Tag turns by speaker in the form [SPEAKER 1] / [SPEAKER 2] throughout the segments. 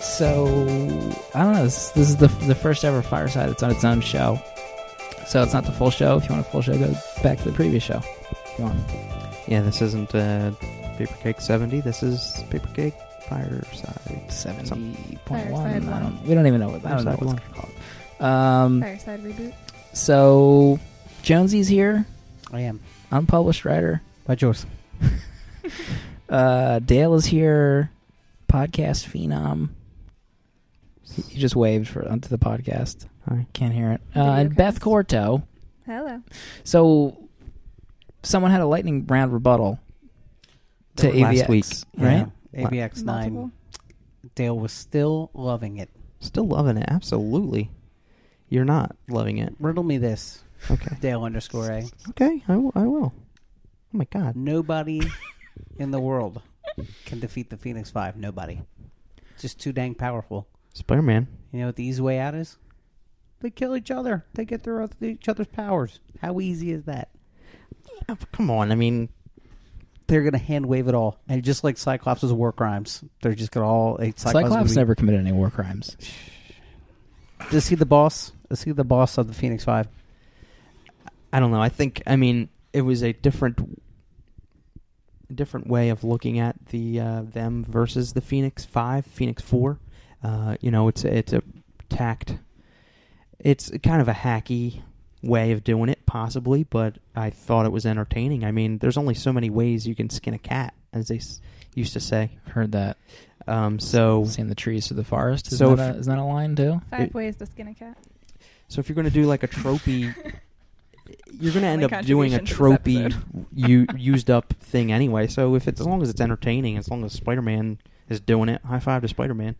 [SPEAKER 1] so I don't know. This, this is the the first ever fireside. It's on its own show, so it's not the full show. If you want a full show, go back to the previous show. If you want.
[SPEAKER 2] Yeah, this isn't uh, Paper Cake 70. This is Paper Cake Fireside.
[SPEAKER 1] seventy point
[SPEAKER 3] Fireside
[SPEAKER 1] one. I
[SPEAKER 3] one.
[SPEAKER 1] don't. We don't even know what. I don't know
[SPEAKER 2] Fireside
[SPEAKER 1] what's
[SPEAKER 2] one.
[SPEAKER 1] called. Um,
[SPEAKER 3] Fireside reboot.
[SPEAKER 1] so Jonesy's here,
[SPEAKER 4] I am.
[SPEAKER 1] unpublished writer.
[SPEAKER 4] But yours?
[SPEAKER 1] Uh, Dale is here, podcast phenom. He, he just waved for onto the podcast.
[SPEAKER 2] Hi.
[SPEAKER 1] Can't hear it. Uh,
[SPEAKER 3] Videocast.
[SPEAKER 1] and Beth Corto.
[SPEAKER 3] Hello.
[SPEAKER 1] So someone had a lightning round rebuttal to
[SPEAKER 2] That was last
[SPEAKER 1] AVX,
[SPEAKER 2] week.
[SPEAKER 1] right?
[SPEAKER 4] Yeah. ABX9.
[SPEAKER 3] Multiple.
[SPEAKER 4] Dale was still loving it.
[SPEAKER 2] Still loving it. Absolutely. You're not loving it.
[SPEAKER 4] Riddle me this,
[SPEAKER 2] Okay.
[SPEAKER 4] Dale underscore A.
[SPEAKER 2] Okay. I, w- I will. Oh my God.
[SPEAKER 4] Nobody in the world can defeat the Phoenix Five. Nobody. Just too dang powerful.
[SPEAKER 2] Spider Man.
[SPEAKER 4] You know what the easy way out is? They kill each other. They get their oth- each other's powers. How easy is that?
[SPEAKER 2] Oh, Come on. I mean,
[SPEAKER 4] They're gonna hand wave it all, and just like Cyclops' war crimes, they're just gonna all. eh, Cyclops,
[SPEAKER 1] Cyclops,
[SPEAKER 4] is gonna be-
[SPEAKER 1] never committed any war crimes.
[SPEAKER 4] Is he the boss? Is he the boss of the Phoenix Five?
[SPEAKER 2] I don't know. I think I mean it was a different different way of looking at the uh, them versus the Phoenix Five, Phoenix Four. Uh, you know, it's a, it's a tact. It's kind of a hacky way of doing it, possibly, but I thought it was entertaining. I mean, there's only so many ways you can skin a cat, as they s- used to say.
[SPEAKER 1] Heard that.
[SPEAKER 2] Um, so,
[SPEAKER 1] Seeing the trees through the forest. Isn't,
[SPEAKER 2] So
[SPEAKER 1] that,
[SPEAKER 2] if-
[SPEAKER 1] a, isn't that a line too?
[SPEAKER 3] Five
[SPEAKER 2] It-
[SPEAKER 3] ways to skin a cat.
[SPEAKER 2] so if you're going to do like a tropey you're going to end
[SPEAKER 3] Only
[SPEAKER 2] up doing a
[SPEAKER 3] contribution
[SPEAKER 2] tropey u- used up thing anyway. So if it's as long as it's entertaining, as long as Spider Man is doing it, high five to Spider Man.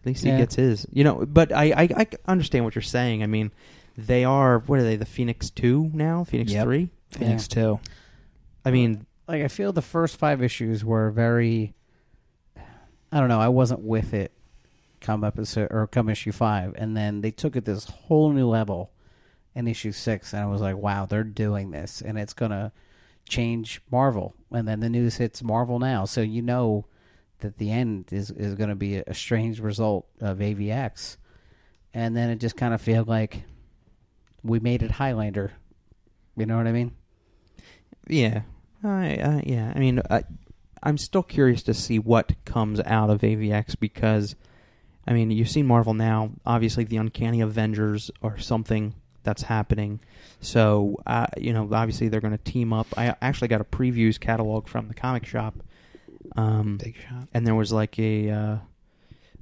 [SPEAKER 2] At least
[SPEAKER 4] Yeah.
[SPEAKER 2] he gets his, you know. But I, I I understand what you're saying. I mean, they are what are they? The Phoenix Two now? Phoenix
[SPEAKER 1] Yep.
[SPEAKER 2] Three?
[SPEAKER 1] Phoenix too.
[SPEAKER 2] I mean,
[SPEAKER 4] like I feel the first five issues were very I don't know, I wasn't with it come episode or come issue five. And then they took it this whole new level in issue six and I was like, Wow, they're doing this and it's gonna change Marvel. And then the news hits Marvel now. So you know that the end is, is gonna be a strange result of AVX. And then it just kind of feel like we made it Highlander. You know what I mean?
[SPEAKER 2] yeah, I uh, yeah. I mean, I, I'm still curious to see what comes out of AVX because, I mean, you've seen Marvel now. Obviously, the Uncanny Avengers are something that's happening. So, uh, you know, obviously they're going to team up. I actually got a previews catalog from the comic shop. Um,
[SPEAKER 1] Big shot.
[SPEAKER 2] and there was like a uh,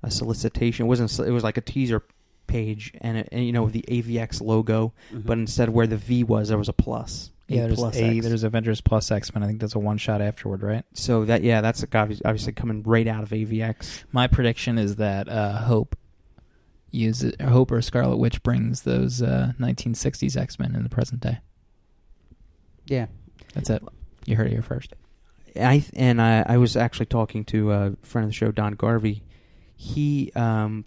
[SPEAKER 2] a solicitation. It wasn't. It was like a teaser page, and, it, and you know the AVX logo, but instead where the V was, there was a plus.
[SPEAKER 1] Yeah, there's
[SPEAKER 2] plus
[SPEAKER 1] a,
[SPEAKER 2] X.
[SPEAKER 1] there's Avengers plus X Men. I think that's a one shot afterward, right?
[SPEAKER 2] so that yeah, that's like obvi- obviously coming right out of AVX.
[SPEAKER 1] My prediction is that uh, Hope uses Hope or Scarlet Witch brings those uh, 1960s X Men in the present day.
[SPEAKER 4] Yeah.
[SPEAKER 1] That's it. You heard it here first.
[SPEAKER 2] I th- and I, I was actually talking to a friend of the show, Don Garvey. He um,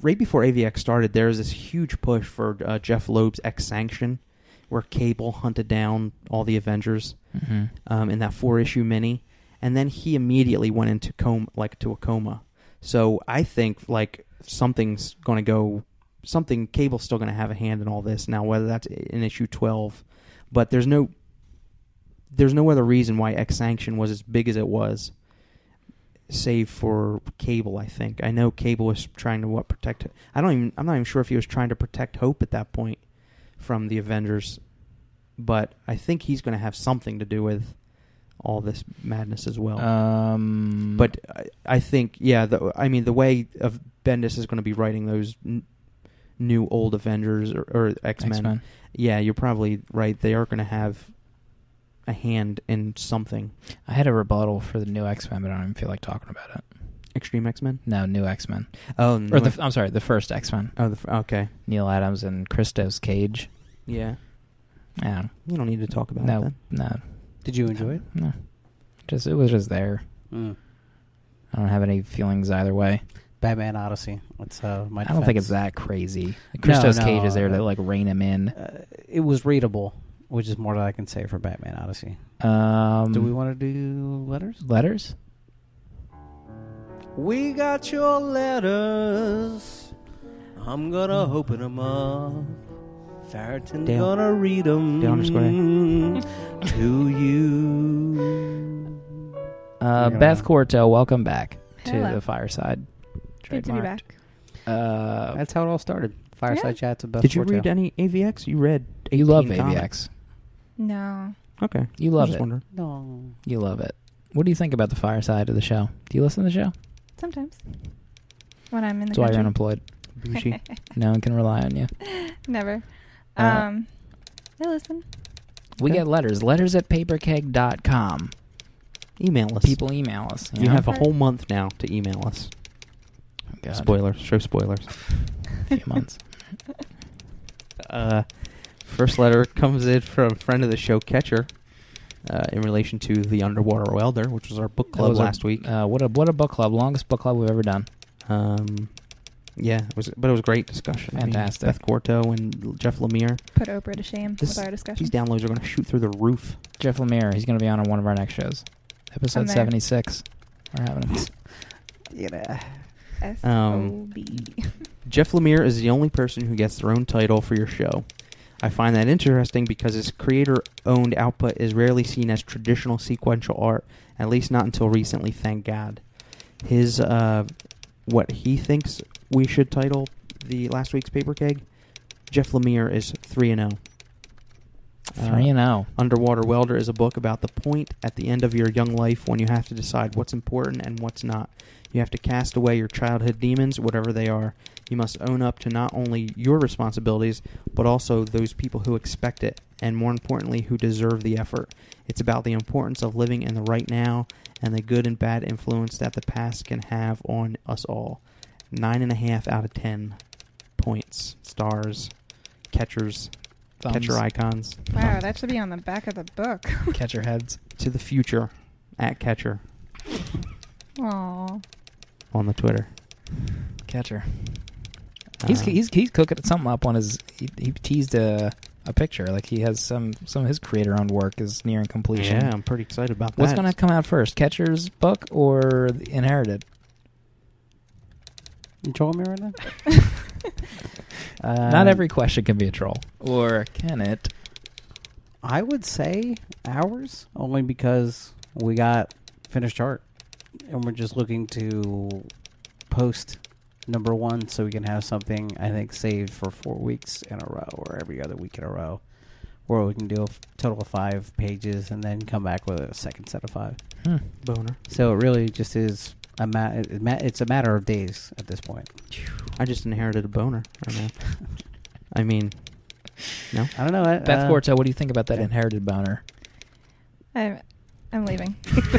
[SPEAKER 2] right before AVX started, there was this huge push for uh, Jeff Loeb's X Sanction, where Cable hunted down all the Avengers.
[SPEAKER 1] Mm-hmm.
[SPEAKER 2] um, in that four issue mini, and then he immediately went into com like to a coma. So I think like something's going to go, something Cable's still going to have a hand in all this now, whether that's in issue twelve, but there's no, there's no other reason why X Sanction was as big as it was, save for Cable. I think I know Cable was trying to what protect. I don't even. I'm not even sure if he was trying to protect Hope at that point from the Avengers but I think he's going to have something to do with all this madness as well.
[SPEAKER 1] Um,
[SPEAKER 2] but I, I think, yeah, the, I mean, the way of Bendis is going to be writing those n- new old Avengers or, or X
[SPEAKER 1] X
[SPEAKER 2] Men,
[SPEAKER 1] Men.
[SPEAKER 2] yeah, you're probably right. They are going to have a hand in something.
[SPEAKER 1] I had a rebuttal for the new X Men, but I don't even feel like talking about it.
[SPEAKER 2] Extreme X Men.
[SPEAKER 1] No, new X Men,
[SPEAKER 2] Oh,
[SPEAKER 1] or
[SPEAKER 2] no,
[SPEAKER 1] the I'm sorry, the first X Men.
[SPEAKER 2] oh, the, f- okay,
[SPEAKER 1] Neil Adams and Christos Cage.
[SPEAKER 2] yeah.
[SPEAKER 1] Yeah,
[SPEAKER 2] You don't need to talk about it.
[SPEAKER 1] no,
[SPEAKER 2] Then.
[SPEAKER 1] no,
[SPEAKER 4] Did you enjoy it?
[SPEAKER 1] no. Just it was just there.
[SPEAKER 4] Mm.
[SPEAKER 1] I don't have any feelings either way.
[SPEAKER 4] Batman Odyssey. That's uh, my.
[SPEAKER 1] I don't think it's
[SPEAKER 4] defense.
[SPEAKER 1] that crazy.
[SPEAKER 4] No,
[SPEAKER 1] Christos
[SPEAKER 4] no,
[SPEAKER 1] Cage is there to
[SPEAKER 4] uh,
[SPEAKER 1] like rein him in.
[SPEAKER 4] Uh, it was readable, which is more than I can say for Batman Odyssey.
[SPEAKER 1] Um,
[SPEAKER 4] do we want to do letters?
[SPEAKER 1] letters?
[SPEAKER 3] We got your letters. I'm gonna
[SPEAKER 4] Mm.
[SPEAKER 3] open them up. Farrington's
[SPEAKER 2] Dale.
[SPEAKER 3] gonna read them
[SPEAKER 2] Dale underscore
[SPEAKER 3] to you.
[SPEAKER 1] Uh,
[SPEAKER 4] Yeah.
[SPEAKER 1] Beth Quarto, welcome back to
[SPEAKER 5] Hello.
[SPEAKER 1] the fireside.
[SPEAKER 5] Good to be
[SPEAKER 1] Trademarked.
[SPEAKER 5] back.
[SPEAKER 1] Uh,
[SPEAKER 4] That's how it all started. Fireside chats with Beth
[SPEAKER 2] Did you
[SPEAKER 4] Forte.
[SPEAKER 2] read any AVX? You read.
[SPEAKER 1] you love
[SPEAKER 2] 18 comics.
[SPEAKER 1] AVX.
[SPEAKER 5] No.
[SPEAKER 2] Okay.
[SPEAKER 1] You
[SPEAKER 2] I was
[SPEAKER 1] love
[SPEAKER 2] just
[SPEAKER 1] it.
[SPEAKER 2] wondering.
[SPEAKER 4] No.
[SPEAKER 1] You love it. What do you think about the fireside of the show? Do you listen to the show?
[SPEAKER 5] Sometimes. When I'm in the
[SPEAKER 1] That's why you're
[SPEAKER 5] country.
[SPEAKER 1] unemployed.
[SPEAKER 2] Bushy.
[SPEAKER 1] No one can rely on you.
[SPEAKER 5] Never.
[SPEAKER 1] Uh,
[SPEAKER 5] um, I listen.
[SPEAKER 1] We
[SPEAKER 2] Okay.
[SPEAKER 1] get letters. Letters at paperkeg.com.
[SPEAKER 2] Email us.
[SPEAKER 1] People email us.
[SPEAKER 2] You
[SPEAKER 1] know?
[SPEAKER 2] have a whole month now to email us.
[SPEAKER 1] Oh, God.
[SPEAKER 2] Spoilers. Show spoilers.
[SPEAKER 1] A few months.
[SPEAKER 2] Uh, first letter comes in from friend of the show, Catcher, uh, in relation to The Underwater Welder, which was our book
[SPEAKER 1] That
[SPEAKER 2] club
[SPEAKER 1] was our-
[SPEAKER 2] last week.
[SPEAKER 1] Uh, what a what a book club! Longest book club we've ever done.
[SPEAKER 2] Um, yeah, it was, but it was a great discussion. I mean,
[SPEAKER 1] Fantastic.
[SPEAKER 2] Beth Quarto and Jeff Lemire.
[SPEAKER 5] Put Oprah to shame
[SPEAKER 2] This-
[SPEAKER 5] with our discussion.
[SPEAKER 2] These downloads are going to shoot through the roof.
[SPEAKER 1] Jeff Lemire, he's going to be on on one of our next shows,
[SPEAKER 5] I'm
[SPEAKER 1] episode
[SPEAKER 5] there.
[SPEAKER 1] seventy six. We're having him.
[SPEAKER 4] Yeah.
[SPEAKER 5] S-O-B.
[SPEAKER 1] um,
[SPEAKER 2] Jeff Lemire is the only person who gets their own title for your show. I find that interesting because his creator owned output is rarely seen as traditional sequential art, at least not until recently, thank God. His, uh, what he thinks we should title the last week's paper keg, Jeff Lemire is 3 and oh. Uh, 0.
[SPEAKER 1] Three and oh. zero.
[SPEAKER 2] Underwater Welder is a book about the point at the end of your young life when you have to decide what's important and what's not. You have to cast away your childhood demons, whatever they are. You must own up to not only your responsibilities, but also those people who expect it, and more importantly, who deserve the effort. It's about the importance of living in the right now and the good and bad influence that the past can have on us all. Nine and a half out of ten points, stars, catchers, catcher icons.
[SPEAKER 5] Wow, that should be on the back of the book.
[SPEAKER 1] Catcher heads.
[SPEAKER 2] to the future at catcher
[SPEAKER 5] Aww.
[SPEAKER 2] on the Twitter.
[SPEAKER 1] Catcher. He's
[SPEAKER 2] Um,
[SPEAKER 5] Uh-huh.
[SPEAKER 1] he's he's cooking something up on his. He, he teased a a picture. Like he has some some of his creator owned work is nearing completion.
[SPEAKER 2] yeah. I'm pretty excited about
[SPEAKER 1] What's
[SPEAKER 2] that.
[SPEAKER 1] going to come out first, Catcher's book or the Inherited?
[SPEAKER 4] You trolling me right now? uh,
[SPEAKER 1] Not every question can be a troll, Um, or can it?
[SPEAKER 4] I would say ours, only because we got finished art, and we're just looking to post number one, so we can have something I think saved for four weeks in a row, or every other week in a row, where we can do a f- total of five pages, and then come back with a second set of five.
[SPEAKER 1] Hmm.
[SPEAKER 2] boner?
[SPEAKER 4] So it really just is a ma- it ma- it's a matter of days at this point.
[SPEAKER 2] I just inherited a boner. I mean, I mean
[SPEAKER 4] I don't know. I,
[SPEAKER 1] Beth
[SPEAKER 4] uh,
[SPEAKER 1] Quarto, what do you think about that
[SPEAKER 4] yeah.
[SPEAKER 1] Inherited boner?
[SPEAKER 5] I'm, I'm leaving.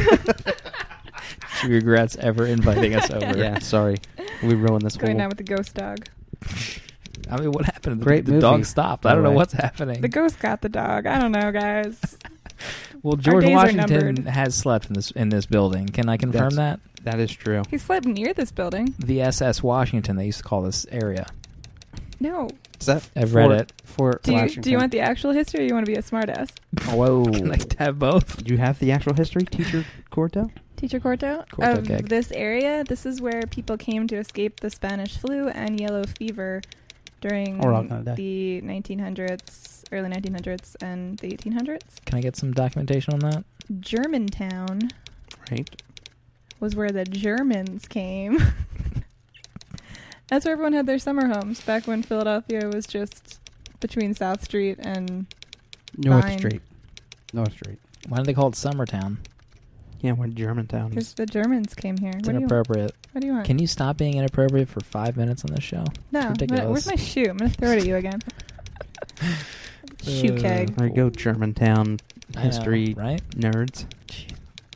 [SPEAKER 1] She regrets ever inviting us over.
[SPEAKER 2] yeah. Sorry, we ruined this
[SPEAKER 5] Going
[SPEAKER 2] whole.
[SPEAKER 5] down with the ghost dog.
[SPEAKER 1] I mean, what happened? The,
[SPEAKER 4] Great
[SPEAKER 1] the
[SPEAKER 4] movie,
[SPEAKER 1] dog stopped.
[SPEAKER 4] by
[SPEAKER 1] I don't
[SPEAKER 4] the
[SPEAKER 1] know
[SPEAKER 4] way.
[SPEAKER 1] what's happening.
[SPEAKER 5] The ghost got the dog. I don't know, guys.
[SPEAKER 1] well, George
[SPEAKER 5] days are
[SPEAKER 1] Washington
[SPEAKER 5] numbered.
[SPEAKER 1] has slept in this in this building. Can I confirm
[SPEAKER 2] That's-
[SPEAKER 1] that?
[SPEAKER 2] That is true.
[SPEAKER 5] He slept near this building.
[SPEAKER 1] The SS Washington, they used to call this area.
[SPEAKER 5] No.
[SPEAKER 2] Is that
[SPEAKER 1] I've read
[SPEAKER 4] for-
[SPEAKER 1] it.
[SPEAKER 4] for
[SPEAKER 5] Do you, do
[SPEAKER 4] Washington.
[SPEAKER 5] you want the actual history or you want to be a smartass?
[SPEAKER 4] Whoa.
[SPEAKER 1] Can I have both?
[SPEAKER 2] do you have the actual history, teacher Corto?
[SPEAKER 5] Teacher Corto,
[SPEAKER 1] Corto
[SPEAKER 5] of
[SPEAKER 1] keg.
[SPEAKER 5] this area, this is where people came to escape the Spanish flu and yellow fever during
[SPEAKER 4] We're all gonna die.
[SPEAKER 5] the 1900s, early 1900s, and the 1800s.
[SPEAKER 1] Can I get some documentation on that?
[SPEAKER 5] Germantown
[SPEAKER 2] Right.
[SPEAKER 5] was where the Germans came. That's where everyone had their summer homes back when Philadelphia was just between South Street and
[SPEAKER 4] North
[SPEAKER 5] Fine.
[SPEAKER 4] Street? North Street.
[SPEAKER 1] Why do they call it Summertown?
[SPEAKER 2] Yeah, we're in Germantown.
[SPEAKER 5] because the Germans came here. What
[SPEAKER 1] It's
[SPEAKER 5] do, you, what
[SPEAKER 1] inappropriate.
[SPEAKER 5] do you want?
[SPEAKER 1] Can you stop being inappropriate for five minutes on this show?
[SPEAKER 5] no, I'm gonna-
[SPEAKER 1] ridiculous.
[SPEAKER 5] where's my shoe? I'm gonna throw it at you again. shoe
[SPEAKER 1] Uh,
[SPEAKER 5] keg.
[SPEAKER 2] There you go, Germantown
[SPEAKER 1] I know,
[SPEAKER 2] history
[SPEAKER 1] right?
[SPEAKER 2] nerds.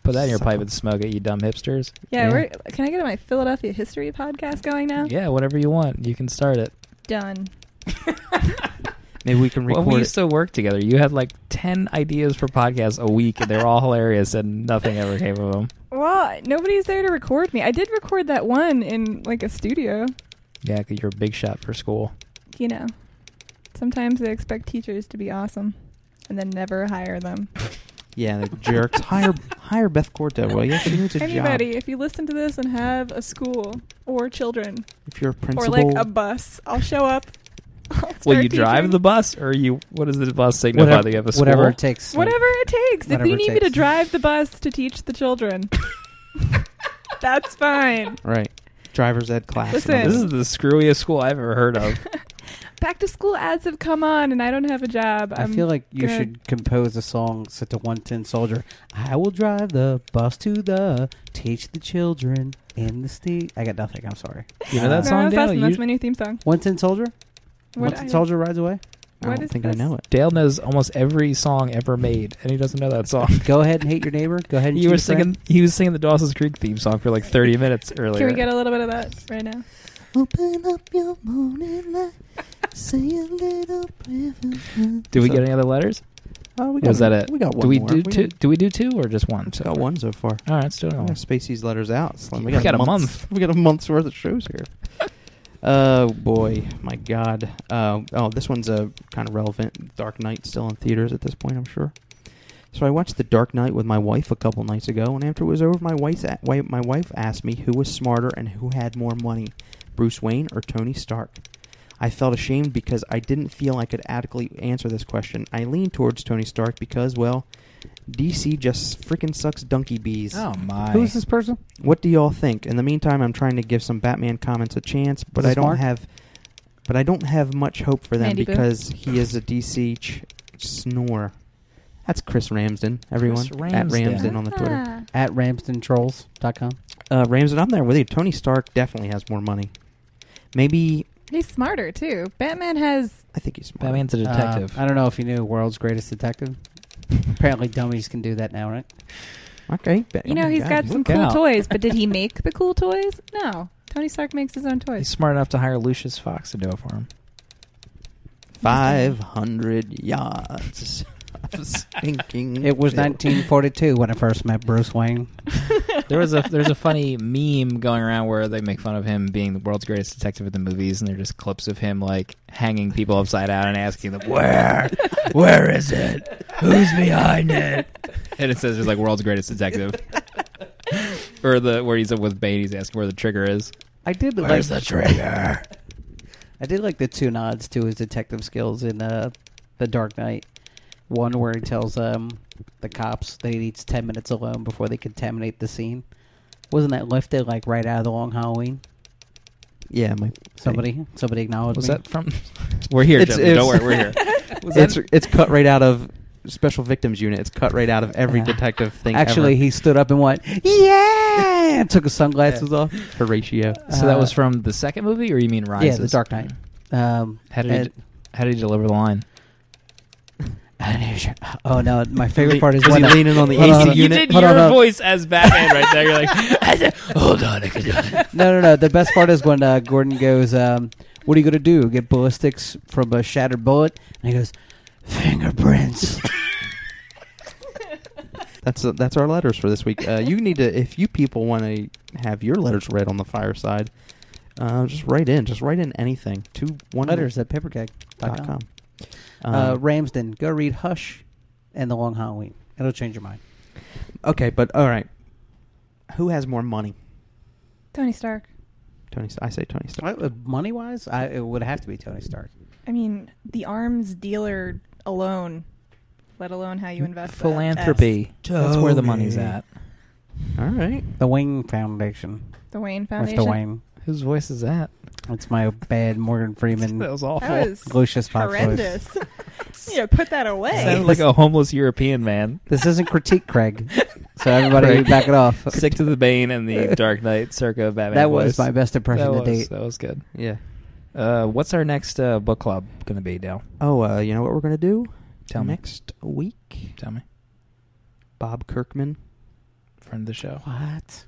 [SPEAKER 1] Put that in your
[SPEAKER 2] Suck
[SPEAKER 1] pipe
[SPEAKER 2] up.
[SPEAKER 1] and smoke it, you dumb hipsters.
[SPEAKER 5] Yeah,
[SPEAKER 2] Yeah.
[SPEAKER 5] We're, can I get my Philadelphia history podcast going now?
[SPEAKER 1] Yeah, whatever you want, you can start it.
[SPEAKER 5] Done.
[SPEAKER 2] Maybe we can
[SPEAKER 1] when we
[SPEAKER 2] record.
[SPEAKER 1] used to work together, you had like ten ideas for podcasts a week, and they were all hilarious, and nothing ever came of them.
[SPEAKER 5] Well, nobody's there to record me. I did record that one in like a studio.
[SPEAKER 1] Yeah, 'cause you're a big shot for school.
[SPEAKER 5] You know, sometimes they expect teachers to be awesome, and then never hire them.
[SPEAKER 2] Yeah, they're jerks. hire hire Beth Corto. Well, yeah, she needs a
[SPEAKER 5] Anybody,
[SPEAKER 2] job.
[SPEAKER 5] if you listen to this and have a school or children
[SPEAKER 2] If you're a principal,
[SPEAKER 5] or like a bus, I'll show up. I'll
[SPEAKER 1] Will
[SPEAKER 5] start
[SPEAKER 1] you drive
[SPEAKER 5] teaching.
[SPEAKER 1] the bus, or you? What does the bus signify? that you have a school?
[SPEAKER 4] whatever it takes.
[SPEAKER 5] Whatever it takes.
[SPEAKER 4] Whatever
[SPEAKER 5] if you
[SPEAKER 4] it
[SPEAKER 5] need me
[SPEAKER 4] takes.
[SPEAKER 5] to drive the bus to teach the children, that's fine.
[SPEAKER 2] right? Driver's ed class. and
[SPEAKER 5] Listen.
[SPEAKER 2] all
[SPEAKER 1] This
[SPEAKER 2] that.
[SPEAKER 1] is the screwiest school I've ever heard of.
[SPEAKER 5] Back to school ads have come on, and I don't have a job.
[SPEAKER 4] I
[SPEAKER 5] I'm
[SPEAKER 4] feel like you
[SPEAKER 5] gonna-
[SPEAKER 4] should compose a song set to 110 Soldier. I will drive the bus to the teach the children in the state. I got nothing. I'm sorry.
[SPEAKER 1] You know that
[SPEAKER 5] No,
[SPEAKER 1] song,
[SPEAKER 5] that's
[SPEAKER 1] Dale?
[SPEAKER 5] awesome. That's
[SPEAKER 1] You,
[SPEAKER 5] my new theme song.
[SPEAKER 4] 110 Soldier?
[SPEAKER 5] What
[SPEAKER 4] 110
[SPEAKER 5] I-
[SPEAKER 4] Soldier rides away?
[SPEAKER 2] I
[SPEAKER 5] what
[SPEAKER 2] don't
[SPEAKER 5] is
[SPEAKER 2] think
[SPEAKER 5] this?
[SPEAKER 2] I know it.
[SPEAKER 1] Dale knows almost every song ever made, and he doesn't know that song.
[SPEAKER 4] Go ahead and hate your neighbor. Go ahead and
[SPEAKER 1] Oh. You were
[SPEAKER 4] cheat your friend.
[SPEAKER 1] singing. He was singing the Dawson's Creek theme song for like 30 minutes earlier.
[SPEAKER 5] Can we get a little bit of that right now?
[SPEAKER 2] Open up your morning light. Say a little prayer.
[SPEAKER 1] Do we get any other letters?
[SPEAKER 2] Oh, we
[SPEAKER 1] Or
[SPEAKER 2] got.
[SPEAKER 1] is that it?
[SPEAKER 2] We got one
[SPEAKER 1] do we
[SPEAKER 2] more.
[SPEAKER 1] do
[SPEAKER 2] We
[SPEAKER 1] two? Do we do two or just one?
[SPEAKER 2] Just
[SPEAKER 1] so
[SPEAKER 2] got
[SPEAKER 1] far?
[SPEAKER 2] one so far.
[SPEAKER 1] All right, let's do it.
[SPEAKER 2] I'm
[SPEAKER 1] all.
[SPEAKER 2] gonna Oh, space these letters out. Slim.
[SPEAKER 1] We got a
[SPEAKER 2] month's- We got a month's worth of shows here. Oh boy, my God. Uh, oh, this one's uh, kind of relevant. Dark Knight still in theaters at this point, I'm sure. So I watched The Dark Knight with my wife a couple nights ago, and after it was over, my wife's a- wi- my wife asked me who was smarter and who had more money, Bruce Wayne or Tony Stark. I felt ashamed because I didn't feel I could adequately answer this question. I leaned towards Tony Stark because, well, DC just freaking sucks donkey bees.
[SPEAKER 1] Oh my!
[SPEAKER 4] Who's this person?
[SPEAKER 2] What do y'all think? In the meantime, I'm trying to give some Batman comments a chance, but
[SPEAKER 4] Is
[SPEAKER 2] I
[SPEAKER 4] this
[SPEAKER 2] don't
[SPEAKER 4] Mark?
[SPEAKER 2] have, but I don't have much hope for them
[SPEAKER 5] Mandy Boo.
[SPEAKER 2] because he is a DC ch- snore. That's Chris Ramsden. Everyone
[SPEAKER 1] Chris
[SPEAKER 2] at
[SPEAKER 1] Ramsden.
[SPEAKER 2] Ramsden on the Twitter.
[SPEAKER 5] Ah.
[SPEAKER 4] At ramsdentrolls.com.
[SPEAKER 2] Uh, Ramsden, I'm there with you. Tony Stark definitely has more money. Maybe
[SPEAKER 5] He's smarter too. Batman has
[SPEAKER 2] I think he's smart.
[SPEAKER 1] Batman's a detective.
[SPEAKER 4] Uh, I don't know if you knew World's Greatest Detective. Apparently, dummies can do that now, right?
[SPEAKER 2] Okay, Ba-
[SPEAKER 5] you
[SPEAKER 2] oh
[SPEAKER 5] know,
[SPEAKER 2] my
[SPEAKER 5] he's
[SPEAKER 2] God.
[SPEAKER 5] got some
[SPEAKER 1] look
[SPEAKER 5] cool
[SPEAKER 1] out.
[SPEAKER 5] toys, but did he make the cool toys? No. Tony Stark makes his own toys.
[SPEAKER 1] He's smart enough to hire Lucius Fox to do it for him.
[SPEAKER 2] five hundred yards. of sinking
[SPEAKER 1] Mm-hmm.
[SPEAKER 4] It was
[SPEAKER 2] film.
[SPEAKER 4] 1942 when I first met Bruce Wayne.
[SPEAKER 1] There was a there's a funny meme going around where they make fun of him being the world's greatest detective at the movies, and they're just clips of him like hanging people upside down and asking them where, where is it, who's behind it, and it says just like world's greatest detective, or the where he's up with Bane, he's asking where the trigger is.
[SPEAKER 4] I did
[SPEAKER 1] Where's
[SPEAKER 4] like
[SPEAKER 1] the trigger?
[SPEAKER 4] I did like the two nods to his detective skills in uh, the Dark Knight. One where he tells um, the cops that he needs ten minutes alone before they contaminate the scene. Wasn't that lifted like right out of the Long Halloween?
[SPEAKER 2] Yeah, my
[SPEAKER 4] Somebody, somebody acknowledged
[SPEAKER 1] Was
[SPEAKER 4] me.
[SPEAKER 1] that from? We're here,
[SPEAKER 2] It's-
[SPEAKER 1] Jesse. Don't
[SPEAKER 2] it's-
[SPEAKER 1] worry, we're here.
[SPEAKER 2] it's, it's cut right out of Special Victims Unit. It's cut right out of every
[SPEAKER 4] Yeah.
[SPEAKER 2] detective thing.
[SPEAKER 4] Actually, he stood up and went, "Yeah!" and took his sunglasses off.
[SPEAKER 2] ever. Horatio.
[SPEAKER 1] So that
[SPEAKER 4] Uh,
[SPEAKER 1] was from the second movie, or you mean Rises?
[SPEAKER 4] The Dark Knight. Um,
[SPEAKER 1] How did he
[SPEAKER 4] and-
[SPEAKER 1] d- how did he deliver the line?
[SPEAKER 4] Oh no! My favorite part is
[SPEAKER 2] Was
[SPEAKER 4] when uh,
[SPEAKER 2] he
[SPEAKER 4] I-
[SPEAKER 2] leaning on the
[SPEAKER 4] Hold
[SPEAKER 2] AC
[SPEAKER 4] on, hold on.
[SPEAKER 1] You
[SPEAKER 2] unit?
[SPEAKER 1] did
[SPEAKER 4] Hold
[SPEAKER 1] your
[SPEAKER 4] on, hold on.
[SPEAKER 1] voice as Batman right there. You're like, hold on, I can do it.
[SPEAKER 4] No, no, no. The best part is when uh, Gordon goes, um, "What are you gonna do? Get ballistics from a shattered bullet?" And he goes, "Fingerprints."
[SPEAKER 2] That's uh, that's our letters for this week. Uh, you need to if you people want to have your letters read on the fireside, uh, just write in. Just write in anything. Two one
[SPEAKER 4] Letters at papercake.com.
[SPEAKER 2] com.
[SPEAKER 4] Uh,
[SPEAKER 2] Um,
[SPEAKER 4] Ramsden, go read Hush and The Long Halloween. It'll change your mind.
[SPEAKER 2] okay, but all right. Who has more money?
[SPEAKER 5] Tony Stark.
[SPEAKER 2] Tony. I say Tony Stark.
[SPEAKER 4] Money wise, uh, I, it would have to be Tony Stark.
[SPEAKER 5] I mean, the arms dealer alone, let alone how you invest that.
[SPEAKER 1] Philanthropy. That's where the money's
[SPEAKER 2] Tony.
[SPEAKER 1] at.
[SPEAKER 2] All right.
[SPEAKER 4] The Wayne Foundation.
[SPEAKER 5] That's The Wayne
[SPEAKER 4] That's
[SPEAKER 5] Foundation.
[SPEAKER 4] the Wayne.
[SPEAKER 1] Whose voice is that?
[SPEAKER 4] That's my bad Morgan
[SPEAKER 1] that
[SPEAKER 4] Freeman.
[SPEAKER 1] was awful.
[SPEAKER 5] That was
[SPEAKER 4] Lucius Fox voice.
[SPEAKER 5] horrendous. yeah, put that away.
[SPEAKER 1] Sounded like a homeless European man.
[SPEAKER 4] This isn't critique, Craig. So everybody,
[SPEAKER 1] Craig.
[SPEAKER 4] back it off.
[SPEAKER 1] Sick to the Bane and the Dark Knight circa Batman.
[SPEAKER 4] that
[SPEAKER 1] voice.
[SPEAKER 4] was my best impression
[SPEAKER 1] that
[SPEAKER 4] to
[SPEAKER 1] was,
[SPEAKER 4] date.
[SPEAKER 1] That was good.
[SPEAKER 2] Yeah.
[SPEAKER 1] Uh, what's our next uh, book club going to be, Dale?
[SPEAKER 2] Oh, uh, you know what we're gonna do
[SPEAKER 1] Tell me.
[SPEAKER 2] next week?
[SPEAKER 1] Tell me.
[SPEAKER 2] Bob Kirkman.
[SPEAKER 1] Friend of the show.
[SPEAKER 4] What?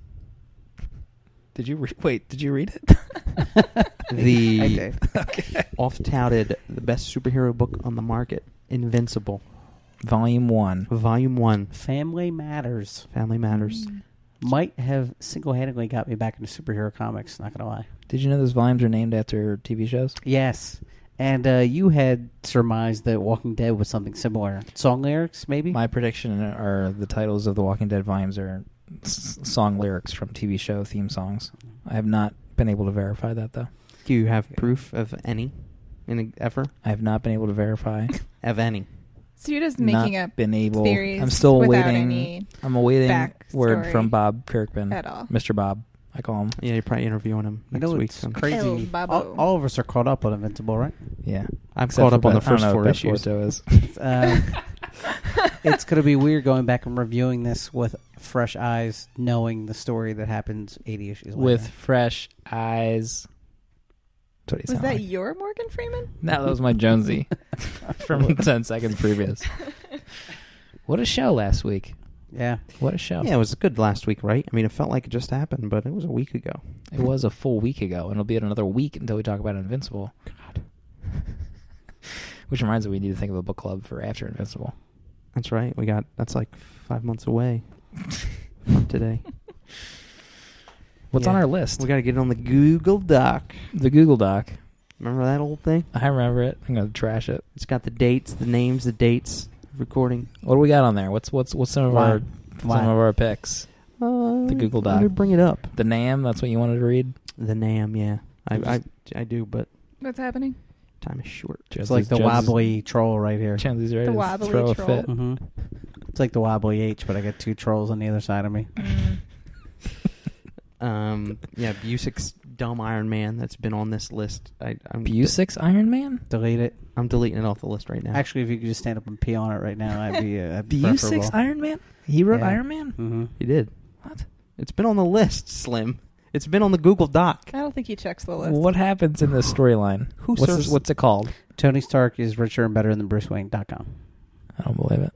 [SPEAKER 1] Did you re- wait? Did you read it?
[SPEAKER 2] the
[SPEAKER 4] I did.
[SPEAKER 2] oft touted the best superhero book on the market Invincible
[SPEAKER 1] Volume one.
[SPEAKER 2] Volume 1
[SPEAKER 4] Family Matters
[SPEAKER 2] Family Matters
[SPEAKER 5] Mm.
[SPEAKER 4] might have single-handedly got me back into superhero comics. Not gonna lie.
[SPEAKER 1] Did you know those volumes are named after TV shows?
[SPEAKER 4] Yes, And uh, you had surmised that Walking Dead was something similar. Song lyrics, maybe?
[SPEAKER 1] My prediction are the titles of the Walking Dead volumes are s- song lyrics from TV show theme songs. I have not been able to verify that though.
[SPEAKER 2] Do you have proof of any, in ever
[SPEAKER 1] I have not been able to verify.
[SPEAKER 2] of any?
[SPEAKER 5] So you're just making
[SPEAKER 1] not
[SPEAKER 5] up
[SPEAKER 1] been able.
[SPEAKER 5] theories
[SPEAKER 1] I'm still
[SPEAKER 5] without
[SPEAKER 1] waiting.
[SPEAKER 5] any
[SPEAKER 1] I'm awaiting word
[SPEAKER 5] backstory
[SPEAKER 1] from Bob Kirkman,
[SPEAKER 5] at all.
[SPEAKER 1] Mr. Bob. I call him.
[SPEAKER 2] Yeah, you're probably interviewing him
[SPEAKER 4] You
[SPEAKER 2] next
[SPEAKER 4] know
[SPEAKER 2] week.
[SPEAKER 4] what's
[SPEAKER 2] so-
[SPEAKER 5] El
[SPEAKER 4] crazy?
[SPEAKER 5] Babo.
[SPEAKER 4] All, all of us are caught up on Invincible, right?
[SPEAKER 1] Yeah,
[SPEAKER 2] I'm
[SPEAKER 1] Except
[SPEAKER 2] caught
[SPEAKER 1] for
[SPEAKER 2] up on the
[SPEAKER 1] Beth- I don't
[SPEAKER 2] first
[SPEAKER 1] know if
[SPEAKER 2] four
[SPEAKER 1] Beth
[SPEAKER 2] issues.
[SPEAKER 1] Forto is.
[SPEAKER 4] Uh, it's going to be weird going back and reviewing this with fresh eyes, knowing the story that happens 80 issues later.
[SPEAKER 1] with fresh eyes. That's what he
[SPEAKER 5] Was
[SPEAKER 1] sounded
[SPEAKER 5] that
[SPEAKER 1] like.
[SPEAKER 5] your Morgan Freeman?
[SPEAKER 1] No, that was my Jonesy from ten seconds previous. What a show last week!
[SPEAKER 4] yeah.
[SPEAKER 1] What a show!
[SPEAKER 2] Yeah, it was good last week, right? I mean, it felt like it just happened, but it was a week ago.
[SPEAKER 1] It was a full week ago, and it'll be another week until we talk about Invincible.
[SPEAKER 2] God.
[SPEAKER 1] Which reminds me, we need to think of a book club for after Invincible.
[SPEAKER 2] That's right. We got that's like five months away from today.
[SPEAKER 1] What's on
[SPEAKER 2] Yeah.
[SPEAKER 1] our list?
[SPEAKER 2] We got to get it on the Google Doc.
[SPEAKER 1] the Google Doc.
[SPEAKER 2] Remember that old thing?
[SPEAKER 1] I remember it. I'm gonna trash it.
[SPEAKER 2] It's got the dates, the names, the dates, recording.
[SPEAKER 1] What do we got on there? What's what's what's some of
[SPEAKER 4] Why?
[SPEAKER 1] our
[SPEAKER 4] Why?
[SPEAKER 1] some of our picks?
[SPEAKER 2] Uh,
[SPEAKER 1] The Google
[SPEAKER 2] let me
[SPEAKER 1] Doc.
[SPEAKER 2] Bring it up.
[SPEAKER 1] The Nam. That's what you wanted to read.
[SPEAKER 2] The name, yeah. I, I, I do, but
[SPEAKER 5] What's happening?
[SPEAKER 2] time is short.
[SPEAKER 4] It's like the wobbly troll right here.
[SPEAKER 1] Chances are to
[SPEAKER 5] The wobbly
[SPEAKER 1] throw
[SPEAKER 5] troll.
[SPEAKER 1] a fit.
[SPEAKER 2] Mm-hmm.
[SPEAKER 4] hmm It's like the wobbly H, but I got two trolls on the other side of me.
[SPEAKER 5] Mm.
[SPEAKER 2] Um, yeah, Busick's dumb Iron Man that's been on this list. I, I'm
[SPEAKER 1] Busix Iron Man.
[SPEAKER 4] Delete it.
[SPEAKER 2] I'm deleting it off the list right now.
[SPEAKER 4] Actually, if you could just stand up and pee on it right now, I'd be uh, I'd be
[SPEAKER 1] Busix Iron Man. He wrote
[SPEAKER 4] Yeah.
[SPEAKER 1] Iron Man.
[SPEAKER 4] hmm
[SPEAKER 2] you did.
[SPEAKER 1] What?
[SPEAKER 2] It's been on the list, Slim. It's been on the Google Doc.
[SPEAKER 5] I don't think he checks the list.
[SPEAKER 1] What happens in this storyline?
[SPEAKER 2] Who
[SPEAKER 1] what's
[SPEAKER 2] serves-
[SPEAKER 1] this- what's it called?
[SPEAKER 4] Tony Stark is richer and better than Bruce Wayne. Dot com.
[SPEAKER 1] I don't believe it.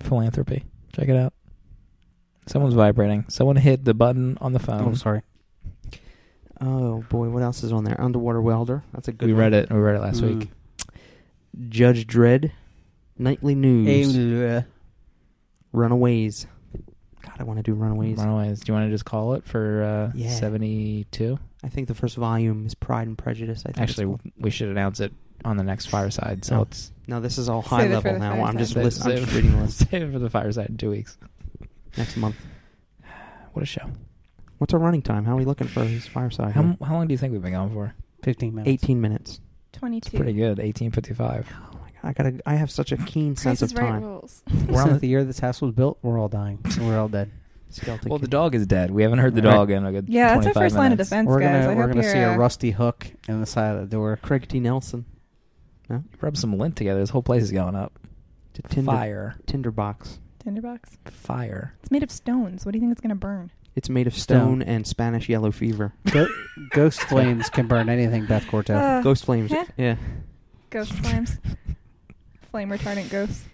[SPEAKER 1] Philanthropy. Check it out. Someone's vibrating. Someone hit the button on the
[SPEAKER 4] Oh,
[SPEAKER 1] phone.
[SPEAKER 4] sorry.
[SPEAKER 2] Oh boy, what else is on there? Underwater Welder. That's a good.
[SPEAKER 1] we
[SPEAKER 2] one. Mm.
[SPEAKER 1] read it. We read it last week.
[SPEAKER 2] Judge Dredd, Nightly News,
[SPEAKER 4] Mm.
[SPEAKER 2] Runaways. God, I want to do Runaways.
[SPEAKER 1] Runaways. Do you want to just call it for uh,
[SPEAKER 2] Yeah.
[SPEAKER 1] seventy-two?
[SPEAKER 2] I think the first volume is Pride and Prejudice. I think it's
[SPEAKER 1] Actually,
[SPEAKER 2] called.
[SPEAKER 1] we should announce it on the next fireside. So
[SPEAKER 2] Oh.
[SPEAKER 1] it's
[SPEAKER 2] no, this is all
[SPEAKER 5] Save
[SPEAKER 2] high
[SPEAKER 5] it for
[SPEAKER 2] level
[SPEAKER 5] the
[SPEAKER 2] now. I'm just,
[SPEAKER 5] fireside.
[SPEAKER 2] list, I'm
[SPEAKER 1] Save-
[SPEAKER 2] just reading the list
[SPEAKER 1] save it for the fireside in two weeks.
[SPEAKER 2] next month.
[SPEAKER 1] What a show!
[SPEAKER 2] What's our running time? How are we looking for his fireside?
[SPEAKER 1] How,
[SPEAKER 2] here?
[SPEAKER 1] how long do you think we've been going for?
[SPEAKER 4] Fifteen minutes.
[SPEAKER 2] 18 minutes.
[SPEAKER 1] It's
[SPEAKER 5] 22.
[SPEAKER 1] pretty good. Eighteen fifty-five.
[SPEAKER 2] Oh my God, I gotta. I have such a keen sense
[SPEAKER 5] Price is
[SPEAKER 2] of
[SPEAKER 5] right
[SPEAKER 2] time.
[SPEAKER 5] rules.
[SPEAKER 1] We're on
[SPEAKER 4] Since
[SPEAKER 1] the-
[SPEAKER 4] the year this house was built, we're all dying. We're all dead.
[SPEAKER 2] Skeleton
[SPEAKER 1] Well, the
[SPEAKER 2] Kid.
[SPEAKER 1] dog is dead. We haven't heard the
[SPEAKER 4] Right.
[SPEAKER 1] dog in a good
[SPEAKER 5] Yeah, that's our
[SPEAKER 1] 25
[SPEAKER 5] first line of
[SPEAKER 1] minutes.
[SPEAKER 5] defense,
[SPEAKER 4] we're
[SPEAKER 5] guys.
[SPEAKER 4] gonna
[SPEAKER 5] I
[SPEAKER 4] we're
[SPEAKER 5] hope
[SPEAKER 4] gonna
[SPEAKER 5] you're,
[SPEAKER 4] see
[SPEAKER 5] uh,
[SPEAKER 4] a rusty hook in the side of the door.
[SPEAKER 2] Craig T. Nelson.
[SPEAKER 1] Rub some lint together. This whole place is going up.
[SPEAKER 2] To Tinder,
[SPEAKER 1] Fire.
[SPEAKER 2] Tinderbox.
[SPEAKER 5] tinderbox.
[SPEAKER 1] Fire.
[SPEAKER 5] It's made of stones. What do you think it's going to burn?
[SPEAKER 2] It's made of
[SPEAKER 4] Stone.
[SPEAKER 2] stone and Spanish yellow fever.
[SPEAKER 4] Go- ghost flames can burn anything, Beth Corto.
[SPEAKER 5] Uh,
[SPEAKER 2] Ghost flames.
[SPEAKER 5] yeah.
[SPEAKER 2] Yeah.
[SPEAKER 5] Ghost flames. Flame retardant ghosts.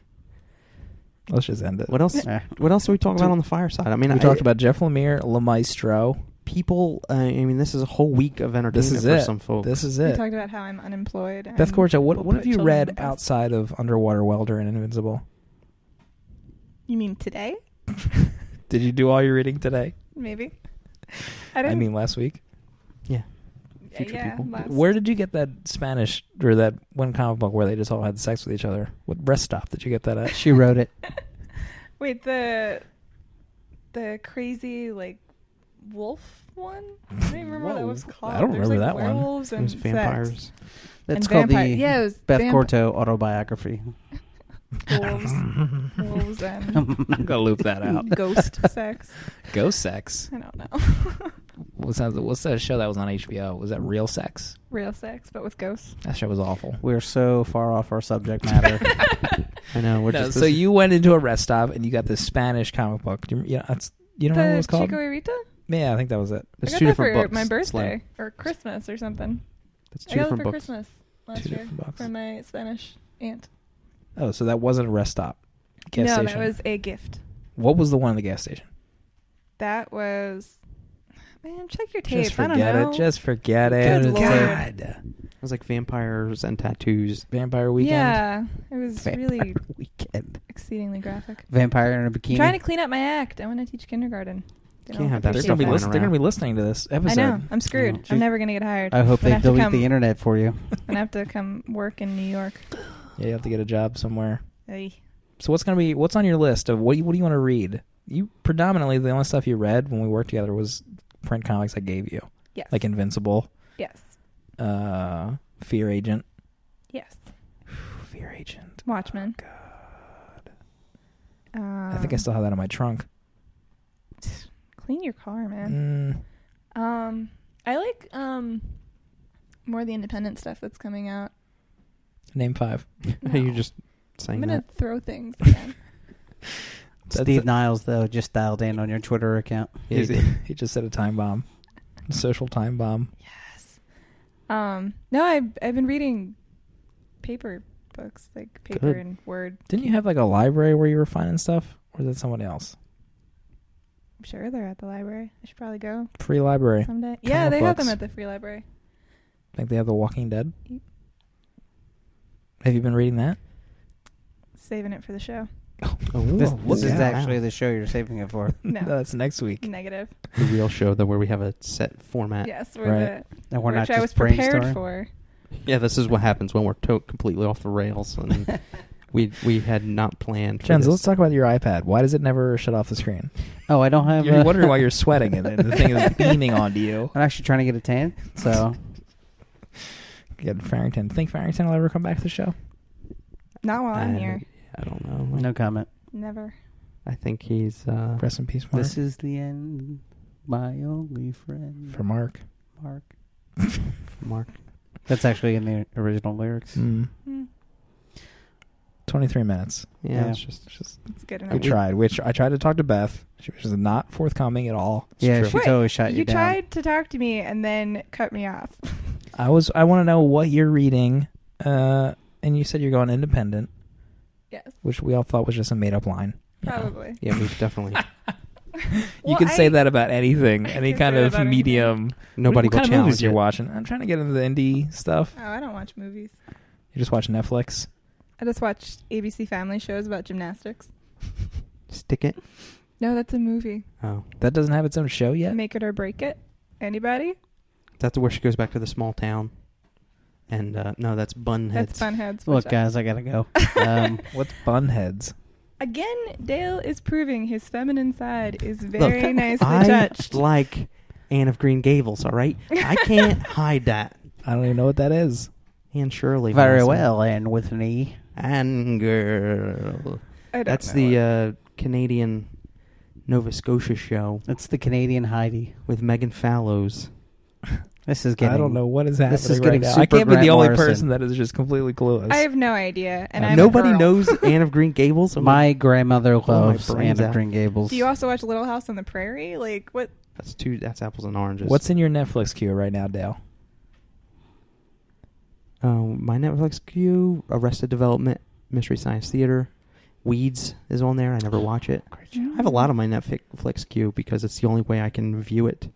[SPEAKER 1] Let's just end it.
[SPEAKER 2] What else?
[SPEAKER 4] Eh.
[SPEAKER 2] What else do we talk about on the fireside? I mean,
[SPEAKER 1] we
[SPEAKER 2] I,
[SPEAKER 1] talked about Jeff Lemire, Le Maestro.
[SPEAKER 2] people. Uh, I mean, this is a whole week of entertainment
[SPEAKER 1] This is
[SPEAKER 2] for
[SPEAKER 1] it.
[SPEAKER 2] some folks.
[SPEAKER 1] This is
[SPEAKER 5] We
[SPEAKER 1] it.
[SPEAKER 5] talked about how I'm unemployed.
[SPEAKER 1] Beth
[SPEAKER 5] and
[SPEAKER 1] Corto, what,
[SPEAKER 5] we'll
[SPEAKER 1] what
[SPEAKER 5] put
[SPEAKER 1] have you
[SPEAKER 5] children
[SPEAKER 1] read
[SPEAKER 5] on the bus.
[SPEAKER 1] outside of Underwater Welder and Invincible?
[SPEAKER 5] You mean today?
[SPEAKER 1] Did you do all your reading today?
[SPEAKER 5] Maybe. I
[SPEAKER 1] I,
[SPEAKER 5] don't.
[SPEAKER 1] mean, last week.
[SPEAKER 2] yeah.
[SPEAKER 5] yeah,
[SPEAKER 2] future
[SPEAKER 5] yeah,
[SPEAKER 2] people.
[SPEAKER 5] last-
[SPEAKER 1] Where did you get that Spanish or that one comic book where they just all had sex with each other? What rest stop did you get that at?
[SPEAKER 4] she wrote it.
[SPEAKER 5] Wait the the crazy like wolf one. I don't even remember what that
[SPEAKER 1] Whoa.
[SPEAKER 5] was called.
[SPEAKER 1] I don't
[SPEAKER 5] There's,
[SPEAKER 1] remember that
[SPEAKER 5] like,
[SPEAKER 1] one.
[SPEAKER 5] werewolves
[SPEAKER 2] It
[SPEAKER 5] And
[SPEAKER 2] was vampires.
[SPEAKER 5] sex.
[SPEAKER 4] That's
[SPEAKER 5] And
[SPEAKER 4] called
[SPEAKER 5] vampire-
[SPEAKER 4] the
[SPEAKER 5] yeah, it was
[SPEAKER 4] Beth
[SPEAKER 5] vamp-
[SPEAKER 4] Corto autobiography.
[SPEAKER 5] Wolves, wolves, and
[SPEAKER 1] I'm gonna loop that out.
[SPEAKER 5] ghost sex.
[SPEAKER 1] Go sex.
[SPEAKER 5] I don't know.
[SPEAKER 1] What's that? What's that show that was on HBO? Was that Real Sex?
[SPEAKER 5] Real sex, but with ghosts.
[SPEAKER 1] That show was awful.
[SPEAKER 4] We're so far off our subject matter.
[SPEAKER 2] I know. We're
[SPEAKER 1] No,
[SPEAKER 2] just
[SPEAKER 1] so you went into a rest stop and you got this Spanish comic book. Do you, yeah, that's, you don't know what it
[SPEAKER 5] the
[SPEAKER 1] was called?
[SPEAKER 5] Chico Irita?
[SPEAKER 1] yeah, I think that was it.
[SPEAKER 5] I
[SPEAKER 2] There's
[SPEAKER 5] got
[SPEAKER 2] two
[SPEAKER 5] that for
[SPEAKER 2] different books.
[SPEAKER 5] my
[SPEAKER 2] Slim.
[SPEAKER 5] birthday or Christmas or something.
[SPEAKER 2] That's
[SPEAKER 5] I
[SPEAKER 2] two
[SPEAKER 5] got it
[SPEAKER 2] different
[SPEAKER 5] for
[SPEAKER 2] books.
[SPEAKER 5] Christmas last
[SPEAKER 1] Two
[SPEAKER 5] year
[SPEAKER 1] different books.
[SPEAKER 5] from my Spanish aunt.
[SPEAKER 1] Oh, so that wasn't a rest stop. Gas
[SPEAKER 5] no,
[SPEAKER 1] station.
[SPEAKER 5] that was a gift.
[SPEAKER 1] What was the one in the gas station?
[SPEAKER 5] That was man. Check your tape.
[SPEAKER 1] Just
[SPEAKER 5] I don't
[SPEAKER 1] forget
[SPEAKER 5] know.
[SPEAKER 1] it. Just forget
[SPEAKER 5] Good
[SPEAKER 1] it.
[SPEAKER 5] Lord.
[SPEAKER 1] God.
[SPEAKER 2] It was like vampires and tattoos.
[SPEAKER 1] Vampire weekend.
[SPEAKER 5] Yeah, it was really
[SPEAKER 4] Weekend.
[SPEAKER 5] exceedingly graphic.
[SPEAKER 4] Vampire in a bikini.
[SPEAKER 1] e-
[SPEAKER 5] I'm trying to clean up my act. I want to teach kindergarten. They
[SPEAKER 2] Can't
[SPEAKER 5] don't
[SPEAKER 2] have that
[SPEAKER 1] They're
[SPEAKER 5] appreciate
[SPEAKER 1] gonna be
[SPEAKER 2] flying
[SPEAKER 1] listening. They're gonna
[SPEAKER 2] around.
[SPEAKER 1] be listening to this
[SPEAKER 5] I
[SPEAKER 1] episode.
[SPEAKER 5] know. I'm screwed.
[SPEAKER 2] Jeez.
[SPEAKER 5] I'm never gonna get hired.
[SPEAKER 4] I
[SPEAKER 5] I'm
[SPEAKER 4] hope they
[SPEAKER 5] gonna have to
[SPEAKER 4] delete
[SPEAKER 5] come-
[SPEAKER 4] the internet for you.
[SPEAKER 5] I'm gonna have to come work in New York.
[SPEAKER 1] Yeah, you have to get a job somewhere.
[SPEAKER 5] Ay.
[SPEAKER 1] So what's gonna be what's on your list of what you, what do you want to read? You predominantly the only stuff you read when we worked together was print comics I gave you,
[SPEAKER 5] Yes.
[SPEAKER 1] like Invincible,
[SPEAKER 5] yes.
[SPEAKER 1] uh, Fear Agent,
[SPEAKER 5] Yes.
[SPEAKER 1] Fear Agent.
[SPEAKER 5] Watchmen.
[SPEAKER 1] Oh, God.
[SPEAKER 5] Um,
[SPEAKER 1] I think I still have that in my trunk.
[SPEAKER 5] clean your car, man.
[SPEAKER 1] Mm,
[SPEAKER 5] Um, I like um more of the independent stuff that's coming out.
[SPEAKER 1] name five.
[SPEAKER 5] No.
[SPEAKER 2] You're just
[SPEAKER 5] I'm
[SPEAKER 2] saying
[SPEAKER 5] gonna
[SPEAKER 2] that.
[SPEAKER 5] throw things again.
[SPEAKER 1] That's
[SPEAKER 4] Steve
[SPEAKER 1] it.
[SPEAKER 4] Niles though just dialed in on your Twitter account.
[SPEAKER 2] Yeah, you
[SPEAKER 1] He's-
[SPEAKER 2] did.
[SPEAKER 1] he just said a time bomb, a social time bomb.
[SPEAKER 5] um, no, I've I've been reading paper books, like paper
[SPEAKER 2] Good.
[SPEAKER 5] and Word.
[SPEAKER 1] Didn't you have like a library where you were finding stuff, or is that someone else?
[SPEAKER 5] I'm sure they're at the library. I should probably go
[SPEAKER 1] Free library.
[SPEAKER 5] someday. Yeah,
[SPEAKER 1] Comic
[SPEAKER 5] they have them
[SPEAKER 1] books.
[SPEAKER 5] at the free library.
[SPEAKER 1] I think they have The Walking Dead.
[SPEAKER 5] Yep.
[SPEAKER 1] Have you been reading that?
[SPEAKER 5] Saving it for the show.
[SPEAKER 2] Oh,
[SPEAKER 4] This,
[SPEAKER 2] whoa,
[SPEAKER 4] this
[SPEAKER 2] look
[SPEAKER 4] is
[SPEAKER 2] at that.
[SPEAKER 4] actually the show you're saving it for.
[SPEAKER 5] No.
[SPEAKER 1] that's next week.
[SPEAKER 5] Negative.
[SPEAKER 2] the real show, though, where we have a set format.
[SPEAKER 5] Yes, we're
[SPEAKER 1] Right.
[SPEAKER 4] And
[SPEAKER 5] the,
[SPEAKER 4] we're
[SPEAKER 5] which
[SPEAKER 4] not
[SPEAKER 5] I
[SPEAKER 4] just
[SPEAKER 5] was prepared
[SPEAKER 4] brainstorming.
[SPEAKER 5] for.
[SPEAKER 2] Yeah, this is what happens when we're to- completely off the rails, and we we had not planned. for
[SPEAKER 1] Jens,
[SPEAKER 2] this.
[SPEAKER 1] let's talk about your iPad. Why does it never shut off the screen?
[SPEAKER 4] Oh, I don't have.
[SPEAKER 1] You're
[SPEAKER 4] uh,
[SPEAKER 1] wondering why you're sweating and the thing is beaming onto you.
[SPEAKER 4] I'm actually trying to get a tan, so
[SPEAKER 1] Yeah, Farrington. Think Farrington will ever come back to the show?
[SPEAKER 5] Not while I'm
[SPEAKER 2] I-
[SPEAKER 5] here.
[SPEAKER 2] I don't know.
[SPEAKER 4] no comment.
[SPEAKER 5] Never.
[SPEAKER 2] I think he's. Uh,
[SPEAKER 1] Rest in peace, Mark.
[SPEAKER 4] This is the end, my only friend,
[SPEAKER 1] for Mark.
[SPEAKER 4] Mark.
[SPEAKER 2] Mark.
[SPEAKER 4] That's actually in the original lyrics.
[SPEAKER 1] Mm.
[SPEAKER 5] Mm,
[SPEAKER 1] 23 minutes.
[SPEAKER 2] Yeah,
[SPEAKER 4] Yeah.
[SPEAKER 2] it's just.
[SPEAKER 1] It's just-
[SPEAKER 5] it's good
[SPEAKER 1] we
[SPEAKER 5] enough.
[SPEAKER 1] tried. Which I tried to talk to Beth. She was not forthcoming at all.
[SPEAKER 4] yeah,
[SPEAKER 2] true.
[SPEAKER 4] she
[SPEAKER 5] Wait,
[SPEAKER 4] totally shot you,
[SPEAKER 5] you
[SPEAKER 4] down.
[SPEAKER 5] tried to talk to me and then cut me off.
[SPEAKER 1] I was. I want to know what you're reading. Uh, and you said you're going independent,
[SPEAKER 5] yes,
[SPEAKER 1] which we all thought was just a made up line. You know.
[SPEAKER 5] probably.
[SPEAKER 2] Yeah, we've definitely.
[SPEAKER 1] You
[SPEAKER 5] Well,
[SPEAKER 1] can say
[SPEAKER 5] I-
[SPEAKER 1] that about anything,
[SPEAKER 5] I
[SPEAKER 1] any
[SPEAKER 5] can
[SPEAKER 1] kind
[SPEAKER 5] say that
[SPEAKER 1] of
[SPEAKER 5] about anything.
[SPEAKER 1] medium.
[SPEAKER 2] Nobody
[SPEAKER 1] what kind
[SPEAKER 2] will
[SPEAKER 1] of
[SPEAKER 2] challenge
[SPEAKER 1] movies you're
[SPEAKER 2] it.
[SPEAKER 1] watching. I'm trying to get into the indie stuff.
[SPEAKER 5] Oh, I don't watch movies.
[SPEAKER 1] You just watch Netflix.
[SPEAKER 5] I just watched ABC Family shows about gymnastics.
[SPEAKER 2] Stick it.
[SPEAKER 5] No, that's a movie.
[SPEAKER 2] Oh,
[SPEAKER 1] That doesn't have its own show yet.
[SPEAKER 5] Make it or break it. Anybody?
[SPEAKER 2] that's where she goes back to the small town. And uh, no, that's Bunheads.
[SPEAKER 5] That's Funheads.
[SPEAKER 4] Look,
[SPEAKER 5] Watch
[SPEAKER 2] uh,
[SPEAKER 5] out.
[SPEAKER 4] guys, I gotta go. Um,
[SPEAKER 1] What's Bunheads?
[SPEAKER 5] Again, Dale is proving his feminine side is
[SPEAKER 2] Look,
[SPEAKER 5] very nicely
[SPEAKER 2] I
[SPEAKER 5] touched.
[SPEAKER 2] like Anne of Green Gables. All right, I can't hide that.
[SPEAKER 1] I don't even know what that is.
[SPEAKER 2] Anne Shirley.
[SPEAKER 4] very
[SPEAKER 2] Manson.
[SPEAKER 4] well, and with E. me,
[SPEAKER 2] And girl.
[SPEAKER 5] I don't
[SPEAKER 2] That's
[SPEAKER 5] know
[SPEAKER 2] the
[SPEAKER 5] it.
[SPEAKER 2] uh, Canadian Nova Scotia show
[SPEAKER 4] it's the Canadian Heidi.
[SPEAKER 2] with Megan Fallows.
[SPEAKER 4] This is getting.
[SPEAKER 1] I don't know what is happening
[SPEAKER 4] This is
[SPEAKER 1] right
[SPEAKER 4] getting
[SPEAKER 1] now.
[SPEAKER 4] super
[SPEAKER 1] I can't be the
[SPEAKER 4] Grant
[SPEAKER 1] only
[SPEAKER 4] Morrison.
[SPEAKER 1] person that is just completely clueless.
[SPEAKER 5] I have no idea, and
[SPEAKER 1] Uh,
[SPEAKER 5] I'm a
[SPEAKER 2] uh, Nobody
[SPEAKER 5] girl.
[SPEAKER 2] knows Anne of Green Gables. I'm like,
[SPEAKER 4] My grandmother loves
[SPEAKER 2] brain's
[SPEAKER 4] Anne of
[SPEAKER 2] out.
[SPEAKER 4] Green Gables.
[SPEAKER 5] Do you also watch Little House on the Prairie? Like what?
[SPEAKER 2] that's two. That's apples and oranges.
[SPEAKER 1] What's in your Netflix queue right now, Dale?
[SPEAKER 2] uh, my Netflix queue? Arrested Development, Mystery Science Theater, Weeds is on there. I never watch it. I have a lot on my Netflix queue because it's the only way I can view it.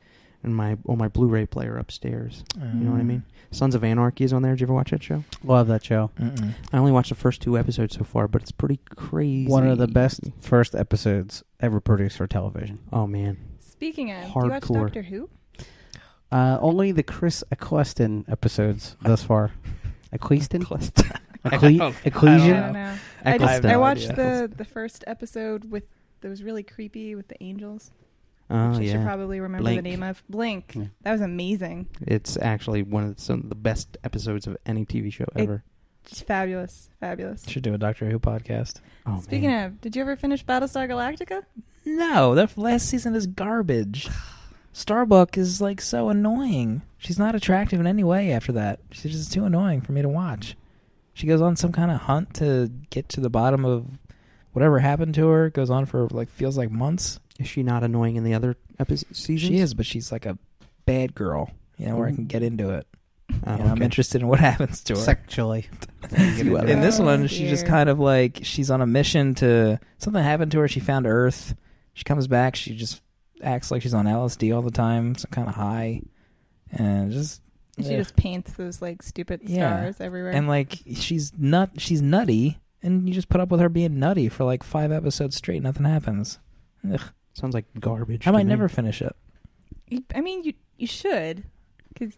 [SPEAKER 2] And my on my Blu-ray player upstairs. You know what I mean? Sons of Anarchy is on there. Did you ever watch that show?
[SPEAKER 4] Love that show.
[SPEAKER 1] Mm-mm.
[SPEAKER 2] I only watched the first two episodes so far, but it's pretty crazy.
[SPEAKER 4] One of the best first episodes ever produced for television.
[SPEAKER 2] Oh man,
[SPEAKER 5] Speaking of, do you
[SPEAKER 2] Hardcore.
[SPEAKER 5] watch Doctor Who?
[SPEAKER 4] Uh, only the Chris Eccleston episodes thus far. Eccleston?
[SPEAKER 2] Eccleston.
[SPEAKER 4] Ecle-
[SPEAKER 5] I
[SPEAKER 1] Yeah.
[SPEAKER 5] don't
[SPEAKER 4] Ecclesion?
[SPEAKER 5] know. I,
[SPEAKER 1] I
[SPEAKER 5] just,
[SPEAKER 1] have
[SPEAKER 5] I
[SPEAKER 1] no
[SPEAKER 5] watched
[SPEAKER 1] idea.
[SPEAKER 5] the the first episode with that was really creepy with the angels.
[SPEAKER 2] Oh
[SPEAKER 5] which I should
[SPEAKER 2] yeah,
[SPEAKER 5] probably remember
[SPEAKER 2] Blink.
[SPEAKER 5] the name of Blink.
[SPEAKER 4] Yeah.
[SPEAKER 5] That was amazing.
[SPEAKER 2] it's actually one of the, some of the best episodes of any TV show ever.
[SPEAKER 5] Just fabulous, fabulous.
[SPEAKER 1] Should do a Doctor Who podcast.
[SPEAKER 2] oh
[SPEAKER 5] Speaking
[SPEAKER 2] man.
[SPEAKER 5] of, did you ever finish Battlestar Galactica?
[SPEAKER 1] No, that last season is garbage. Starbuck is like so annoying. She's not attractive in any way after that. She's just too annoying for me to watch. She goes on some kind of hunt to get to the bottom of whatever happened to her. Goes on for like feels like months.
[SPEAKER 2] is she not annoying in the other episode seasons?
[SPEAKER 1] She is, but she's like a bad girl. You know where I can get into it.
[SPEAKER 2] Oh,
[SPEAKER 1] You know, I'm
[SPEAKER 2] okay.
[SPEAKER 1] interested in what happens to her.
[SPEAKER 4] Sexually.
[SPEAKER 1] in this
[SPEAKER 5] Oh,
[SPEAKER 1] one, she just
[SPEAKER 5] dear.
[SPEAKER 1] kind of like she's on a mission to something happened to her. She found Earth. She comes back. She just acts like she's on LSD all the time, some kind of high, and just
[SPEAKER 5] And She
[SPEAKER 1] ugh.
[SPEAKER 5] just paints those like stupid
[SPEAKER 1] Yeah.
[SPEAKER 5] stars everywhere.
[SPEAKER 1] and like she's nut. She's nutty, and you just put up with her being nutty for like five episodes straight. Nothing happens.
[SPEAKER 2] Sounds like garbage.
[SPEAKER 1] I
[SPEAKER 2] to
[SPEAKER 1] might
[SPEAKER 2] me.
[SPEAKER 1] never finish it.
[SPEAKER 5] You- I mean, you you should, because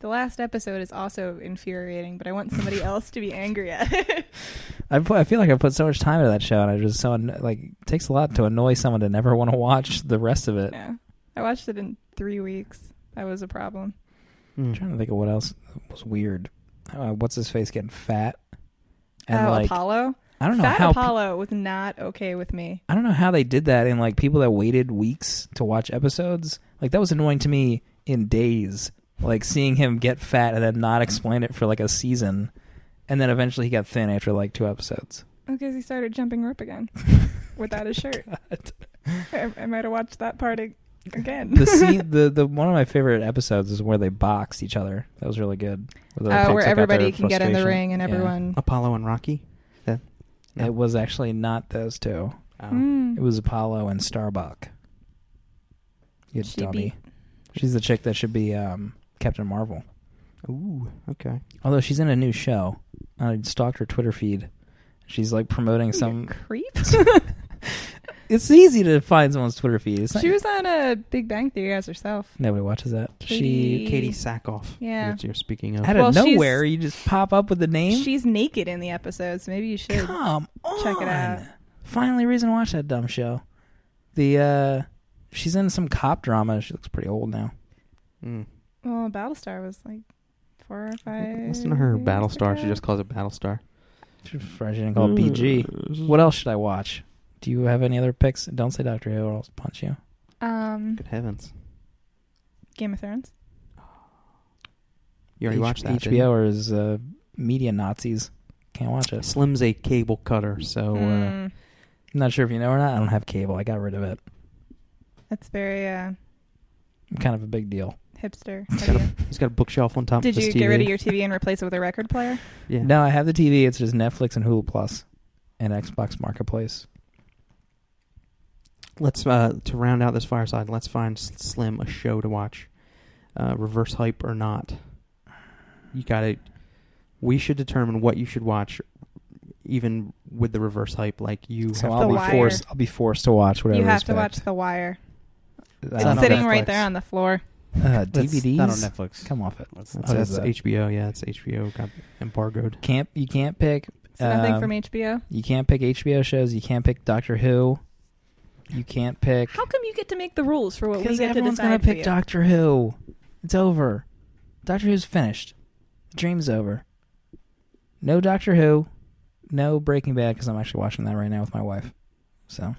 [SPEAKER 5] the last episode is also infuriating. But I want somebody else to be angry at it.
[SPEAKER 1] I, put, I feel like I put so much time into that show, and I just so anno- like it takes a lot to annoy someone to never want to watch the rest of it.
[SPEAKER 5] no, I watched it in three weeks. That was a problem.
[SPEAKER 2] Hmm.
[SPEAKER 1] I'm trying to think of what else was weird. Uh, what's his face getting fat? And
[SPEAKER 5] oh,
[SPEAKER 1] like
[SPEAKER 5] Apollo.
[SPEAKER 1] I don't know
[SPEAKER 5] Fat
[SPEAKER 1] how pe-
[SPEAKER 5] Apollo was not okay with me.
[SPEAKER 1] I don't know how they did that in like people that waited weeks to watch episodes. Like that was annoying to me in days. Like seeing him get fat and then not explain it for like a season, and then eventually he got thin after like two episodes.
[SPEAKER 5] Because Oh, he started jumping rope again without his shirt.
[SPEAKER 1] God.
[SPEAKER 5] I, I might have watched that part ag- again.
[SPEAKER 1] The scene, the the one of my favorite episodes is where they boxed each other. That was really good. Where, they
[SPEAKER 5] Uh,
[SPEAKER 1] both
[SPEAKER 5] where
[SPEAKER 1] took out their
[SPEAKER 5] everybody can get in the
[SPEAKER 1] frustration.
[SPEAKER 5] ring and
[SPEAKER 1] Yeah. Oh,
[SPEAKER 5] everyone.
[SPEAKER 2] Apollo and Rocky. That,
[SPEAKER 1] It was actually not those two.
[SPEAKER 2] Oh.
[SPEAKER 5] Mm.
[SPEAKER 1] It was Apollo and Starbuck. You
[SPEAKER 5] She
[SPEAKER 1] dummy. She's the chick that should be um, Captain Marvel.
[SPEAKER 2] Ooh, okay.
[SPEAKER 1] Although she's in a new show. I stalked her Twitter feed. She's like promoting
[SPEAKER 5] You're
[SPEAKER 1] some.
[SPEAKER 5] creep.
[SPEAKER 1] It's easy to find someone's Twitter feed. It's not,
[SPEAKER 5] She was on a Big Bang Theory as herself.
[SPEAKER 1] Nobody watches that.
[SPEAKER 5] Katie-
[SPEAKER 1] She
[SPEAKER 2] Katie Sackhoff.
[SPEAKER 5] Yeah.
[SPEAKER 2] That you're speaking of.
[SPEAKER 1] out
[SPEAKER 5] Well,
[SPEAKER 1] of
[SPEAKER 5] she's-
[SPEAKER 1] nowhere. You just pop up with the name.
[SPEAKER 5] She's naked in the episodes. Maybe you should.
[SPEAKER 1] Come on.
[SPEAKER 5] Check it out.
[SPEAKER 1] Finally, reason to watch that dumb show. The uh, she's in some cop drama. She looks pretty old now.
[SPEAKER 2] Mm.
[SPEAKER 5] Well, Battlestar was like four or five.
[SPEAKER 2] Listen to her
[SPEAKER 5] years
[SPEAKER 2] Battlestar.
[SPEAKER 5] ago.
[SPEAKER 2] She just calls it Battlestar.
[SPEAKER 1] She didn't call it BG. What else should I watch? Do you have any other picks? Don't say Doctor Who, or I'll punch you.
[SPEAKER 5] um
[SPEAKER 2] Good heavens.
[SPEAKER 5] Game of Thrones.
[SPEAKER 2] You already
[SPEAKER 1] H-
[SPEAKER 2] watched that. didn't
[SPEAKER 1] HBO or is uh, media Nazis. Can't watch
[SPEAKER 2] you?
[SPEAKER 1] it.
[SPEAKER 2] Slim's a cable cutter,
[SPEAKER 1] Oh,
[SPEAKER 2] so uh,
[SPEAKER 5] Mm,
[SPEAKER 1] I'm not sure if you know or not. I don't have cable. I got rid of it.
[SPEAKER 5] that's very uh,
[SPEAKER 1] I'm kind of a big deal.
[SPEAKER 5] hipster.
[SPEAKER 2] got a-
[SPEAKER 5] idea.
[SPEAKER 2] he's got a bookshelf on top
[SPEAKER 5] Hmm. Did
[SPEAKER 2] of his
[SPEAKER 5] you
[SPEAKER 2] TV.
[SPEAKER 5] get rid of your TV and replace it with a record player?
[SPEAKER 2] Yeah.
[SPEAKER 1] No, I have the TV. It's just Netflix and Hulu Plus and Xbox Marketplace.
[SPEAKER 2] Let's uh, to round out this fireside. Let's find S- Slim a show to watch. Uh, reverse hype or not, you gotta. We should determine what you should watch, even with the reverse hype. Like you
[SPEAKER 1] So
[SPEAKER 2] have
[SPEAKER 1] I'll
[SPEAKER 5] The
[SPEAKER 1] be
[SPEAKER 2] to
[SPEAKER 5] Wire.
[SPEAKER 1] forced. I'll be forced to watch whatever.
[SPEAKER 5] you
[SPEAKER 1] is
[SPEAKER 5] have to
[SPEAKER 1] picked.
[SPEAKER 5] watch The Wire.
[SPEAKER 1] I
[SPEAKER 4] It's
[SPEAKER 5] It's
[SPEAKER 1] don't
[SPEAKER 4] on
[SPEAKER 5] sitting
[SPEAKER 1] know.
[SPEAKER 5] right
[SPEAKER 4] Netflix.
[SPEAKER 5] there on the floor.
[SPEAKER 1] Uh,
[SPEAKER 4] That's
[SPEAKER 1] DVDs.
[SPEAKER 4] not on Netflix.
[SPEAKER 1] Come off it.
[SPEAKER 4] That's-
[SPEAKER 1] That's-
[SPEAKER 2] Oh, that's
[SPEAKER 1] that.
[SPEAKER 2] HBO. Yeah, it's HBO. Got embargoed.
[SPEAKER 1] Can't you can't pick.
[SPEAKER 5] So nothing
[SPEAKER 1] um,
[SPEAKER 5] from HBO.
[SPEAKER 1] You can't pick HBO shows. You can't pick Doctor Who. You can't pick.
[SPEAKER 5] How come you get to make the rules for what we
[SPEAKER 1] Because
[SPEAKER 5] get to
[SPEAKER 1] everyone's
[SPEAKER 5] decide
[SPEAKER 1] gonna
[SPEAKER 5] for
[SPEAKER 1] pick
[SPEAKER 5] you?
[SPEAKER 1] Doctor Who. It's over. Doctor Who's finished. The dream's over. No Doctor Who. No Breaking Bad because I'm actually watching that right now with my wife. So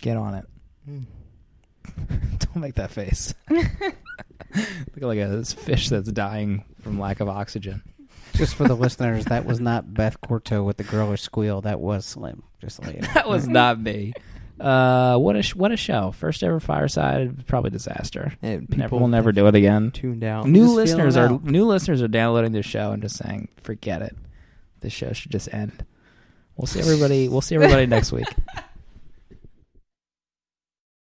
[SPEAKER 1] get on it. Don't make that face. Look like a this fish that's dying from lack of oxygen.
[SPEAKER 4] Just for the listeners, that was not Beth Corto with the girlish squeal. That was Slim. Just later.
[SPEAKER 1] That was not me. Uh, what a sh- what a show! First ever fireside, probably disaster.
[SPEAKER 2] And
[SPEAKER 1] Never,
[SPEAKER 2] people
[SPEAKER 1] we'll never do it again.
[SPEAKER 2] tuned out.
[SPEAKER 1] new
[SPEAKER 4] Just
[SPEAKER 1] listeners
[SPEAKER 4] feeling
[SPEAKER 1] are
[SPEAKER 4] out.
[SPEAKER 1] new listeners are downloading the show and just saying forget it this show should just end we'll see everybody we'll see everybody next week